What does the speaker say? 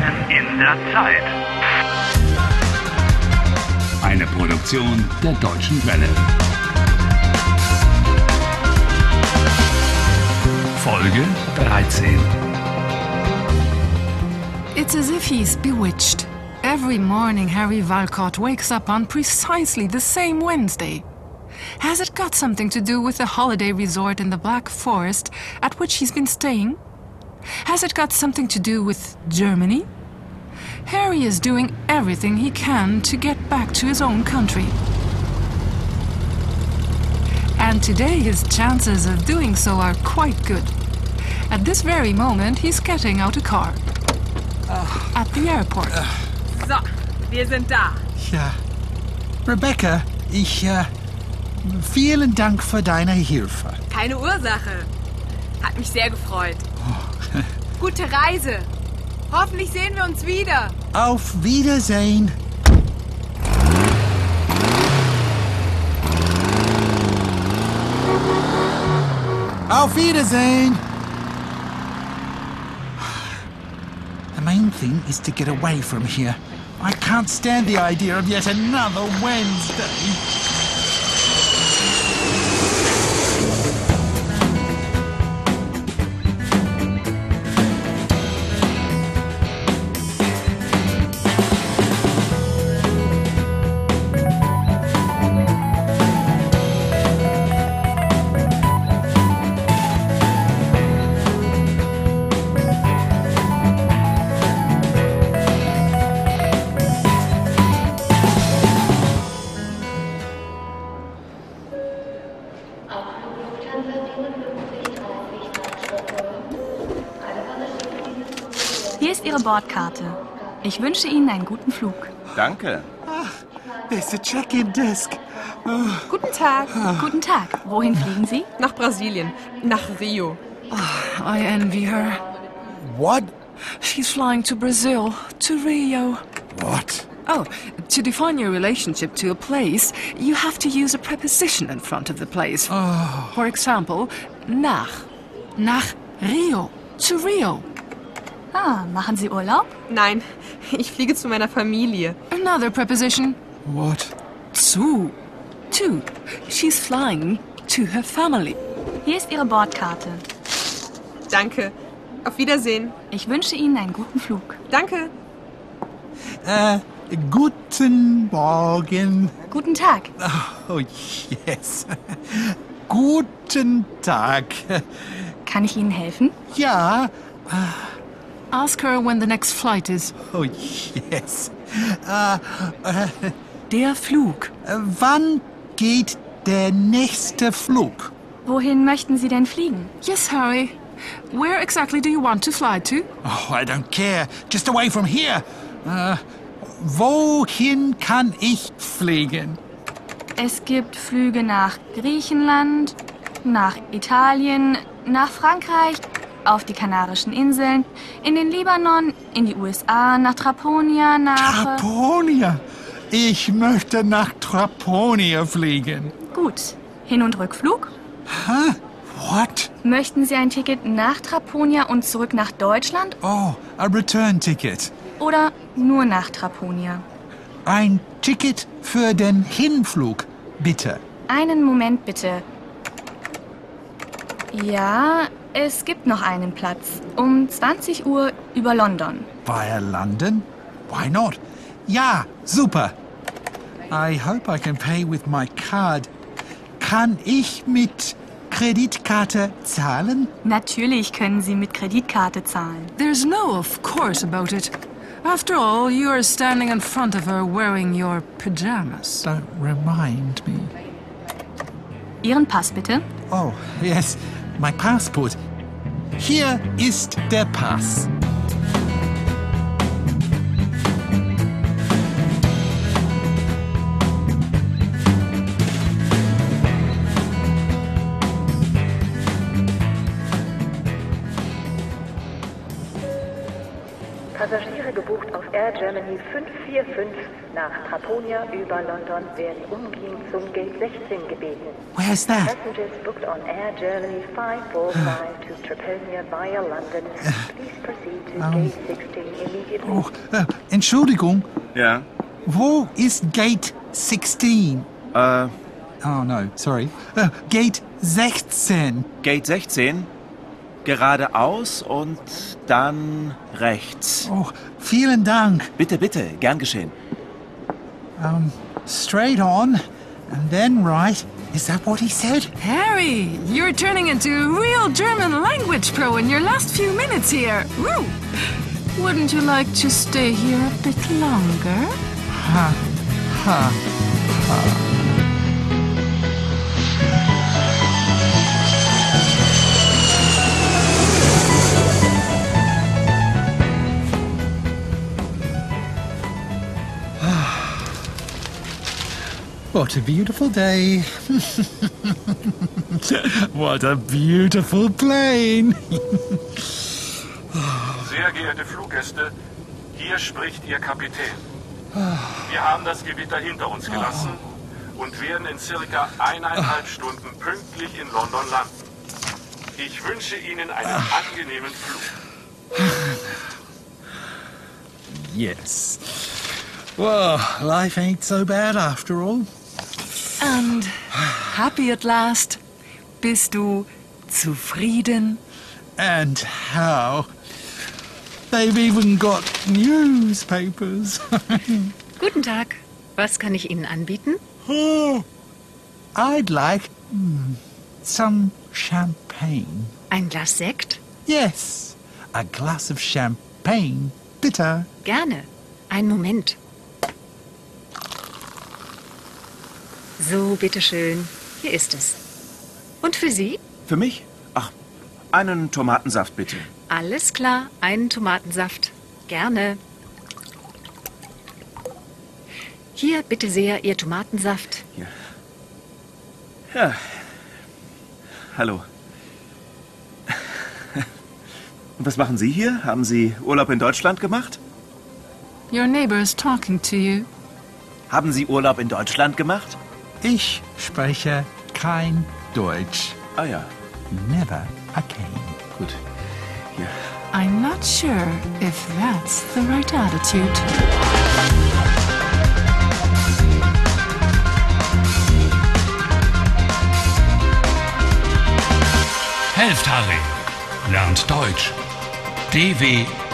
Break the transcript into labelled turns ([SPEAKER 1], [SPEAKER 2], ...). [SPEAKER 1] laufender Zeit.
[SPEAKER 2] Eine Produktion der Deutschen Welle. Folge 13.
[SPEAKER 3] It's as if he's bewitched. Every morning, Harry Valcott wakes up on precisely the same Wednesday. Has it got something to do with the holiday resort in the Black Forest at which he's been staying? Has it got something to do with Germany? Harry is doing everything he can to get back to his own country. And today his chances of doing so are quite good. At this very moment, he's getting out a car. At the airport.
[SPEAKER 4] So, wir sind da.
[SPEAKER 5] Ja. Rebecca, ich, äh, vielen Dank für deine Hilfe.
[SPEAKER 4] Keine Ursache. Hat mich sehr gefreut. Gute Reise. Hoffentlich sehen wir uns wieder.
[SPEAKER 5] Auf Wiedersehen. Auf Wiedersehen. The main thing is to get away from here. I can't stand the idea of yet another Wednesday.
[SPEAKER 6] Hier ist Ihre Bordkarte. Ich wünsche Ihnen einen guten Flug.
[SPEAKER 7] Danke.
[SPEAKER 5] There's a check-in desk.
[SPEAKER 4] Guten Tag.
[SPEAKER 6] Guten Tag. Wohin fliegen Sie?
[SPEAKER 4] Nach Brasilien. Nach Rio.
[SPEAKER 3] I envy her.
[SPEAKER 5] What?
[SPEAKER 3] She's flying to Brazil, to Rio.
[SPEAKER 5] What?
[SPEAKER 3] Oh, to define your relationship to a place, you have to use a preposition in front of the place. For example, nach. Nach Rio. To Rio.
[SPEAKER 6] Ah, machen Sie Urlaub?
[SPEAKER 4] Nein, ich fliege zu meiner Familie.
[SPEAKER 3] Another preposition,
[SPEAKER 5] What?
[SPEAKER 3] zu. To. She's flying to her family.
[SPEAKER 6] Hier ist Ihre Bordkarte.
[SPEAKER 4] Danke. Auf Wiedersehen.
[SPEAKER 6] Ich wünsche Ihnen einen guten Flug.
[SPEAKER 4] Danke.
[SPEAKER 5] Äh, guten Morgen.
[SPEAKER 6] Guten Tag.
[SPEAKER 5] Oh, yes. Guten Tag.
[SPEAKER 6] Kann ich Ihnen helfen?
[SPEAKER 5] Ja,
[SPEAKER 3] Ask her when the next flight is.
[SPEAKER 5] oh, yes.
[SPEAKER 3] Der Flug.
[SPEAKER 5] Wann geht der nächste Flug?
[SPEAKER 6] Wohin möchten Sie denn fliegen?
[SPEAKER 3] Yes, Harry. Where exactly do you want to fly to?
[SPEAKER 5] Oh, I don't care. Just away from here. Äh, wohin kann ich fliegen?
[SPEAKER 6] Es gibt Flüge nach Griechenland, nach Italien, nach Frankreich, auf die Kanarischen Inseln, in den Libanon, in die USA, nach Traponia, nach... äh,
[SPEAKER 5] Traponia. Ich möchte nach Traponia fliegen.
[SPEAKER 6] Gut. Hin- und Rückflug?
[SPEAKER 5] What?
[SPEAKER 6] Möchten Sie ein Ticket nach Traponia und zurück nach Deutschland
[SPEAKER 5] Oh, a return ticket.
[SPEAKER 6] oder nur nach Traponia?
[SPEAKER 5] Ein Ticket für den Hinflug, bitte.
[SPEAKER 6] Einen Moment bitte. Ja, es gibt noch einen Platz. Um 20 Uhr über London.
[SPEAKER 5] Via London? Why not? Ja, super. I hope I can pay with my card. Kann ich mit Kreditkarte zahlen?
[SPEAKER 6] Natürlich können Sie mit Kreditkarte zahlen.
[SPEAKER 3] There's no of course about it. After all, you are standing in front of her wearing your pajamas.
[SPEAKER 5] Don't remind me.
[SPEAKER 6] Ihren Pass bitte.
[SPEAKER 5] Oh, yes, my passport. Hier ist der Pass.
[SPEAKER 8] Passagiere gebucht auf
[SPEAKER 1] Air Germany 545 nach Traponia über London werden umgehend zum Gate 16 gebeten.
[SPEAKER 5] Where's that?
[SPEAKER 1] Passengers booked on Air Germany 545 to Traponia via London, please proceed to Gate 16 immediately.
[SPEAKER 5] Oh, äh, Entschuldigung,
[SPEAKER 7] Ja.
[SPEAKER 5] wo ist Gate 16?
[SPEAKER 7] Äh,
[SPEAKER 5] Oh no, sorry. Äh, Gate 16.
[SPEAKER 7] Gate 16. Geradeaus und dann rechts.
[SPEAKER 5] Oh, vielen Dank.
[SPEAKER 7] Bitte, bitte, gern geschehen.
[SPEAKER 5] Straight on and then right. Is that what he said?
[SPEAKER 3] Harry, you're turning into a real German language pro in your last few minutes here. Woo! Wouldn't you like to stay here a bit longer?
[SPEAKER 5] What a beautiful day. what a beautiful plane.
[SPEAKER 8] Sehr geehrte Fluggäste, hier spricht Ihr Kapitän. Wir haben das Gewitter hinter uns gelassen und werden in circa eineinhalb Stunden pünktlich in London landen. Ich wünsche Ihnen einen angenehmen Flug.
[SPEAKER 5] Yes. Well, life ain't so bad after all.
[SPEAKER 3] And happy at last. Bist du zufrieden?
[SPEAKER 5] And how? They've even got newspapers.
[SPEAKER 9] Guten Tag. Was kann ich Ihnen anbieten?
[SPEAKER 5] I'd like hmm, some champagne.
[SPEAKER 9] Ein Glas Sekt?
[SPEAKER 5] Yes, a glass of champagne. Bitter.
[SPEAKER 9] Gerne. Einen Moment. So, bitteschön. Hier ist es. Und für Sie?
[SPEAKER 7] Für mich? Ach, einen Tomatensaft bitte.
[SPEAKER 9] Alles klar, einen Tomatensaft. Gerne. Hier, bitte sehr, Ihr Tomatensaft.
[SPEAKER 7] Hallo. Und was machen Sie hier? Haben Sie Urlaub in Deutschland gemacht?
[SPEAKER 3] Your neighbor is talking to you.
[SPEAKER 7] Haben Sie Urlaub in Deutschland gemacht?
[SPEAKER 5] Ich spreche kein Deutsch.
[SPEAKER 7] Ah ja,
[SPEAKER 5] Never again.
[SPEAKER 7] gut.
[SPEAKER 3] I'm not sure if that's the right attitude.
[SPEAKER 2] Helft Harry. Lernt Deutsch. dw.com/harry.